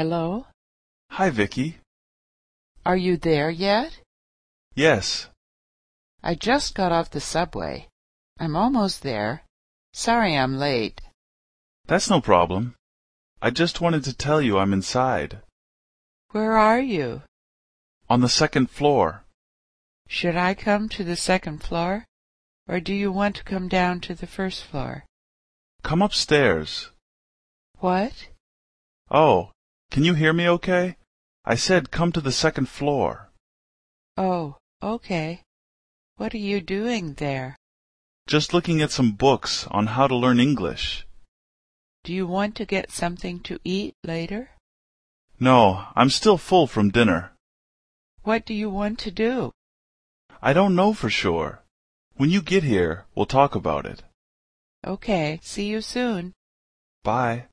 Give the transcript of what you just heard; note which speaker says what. Speaker 1: Hello?
Speaker 2: Hi, Vicky.
Speaker 1: Are you there yet?
Speaker 2: Yes.
Speaker 1: I just got off the subway. I'm almost there. Sorry I'm late.
Speaker 2: That's no problem. I just wanted to tell you I'm inside.
Speaker 1: Where are you?
Speaker 2: On the second floor.
Speaker 1: Should I come to the second floor? Or do you want to come down to the first floor?
Speaker 2: Come upstairs.
Speaker 1: What?
Speaker 2: Oh, can you hear me okay? I said come to the second floor.
Speaker 1: Oh, okay. What are you doing there?
Speaker 2: Just looking at some books on how to learn English.
Speaker 1: Do you want to get something to eat later?
Speaker 2: No, I'm still full from dinner.
Speaker 1: What do you want to do?
Speaker 2: I don't know for sure. When you get here, we'll talk about it.
Speaker 1: Okay, see you soon.
Speaker 2: Bye.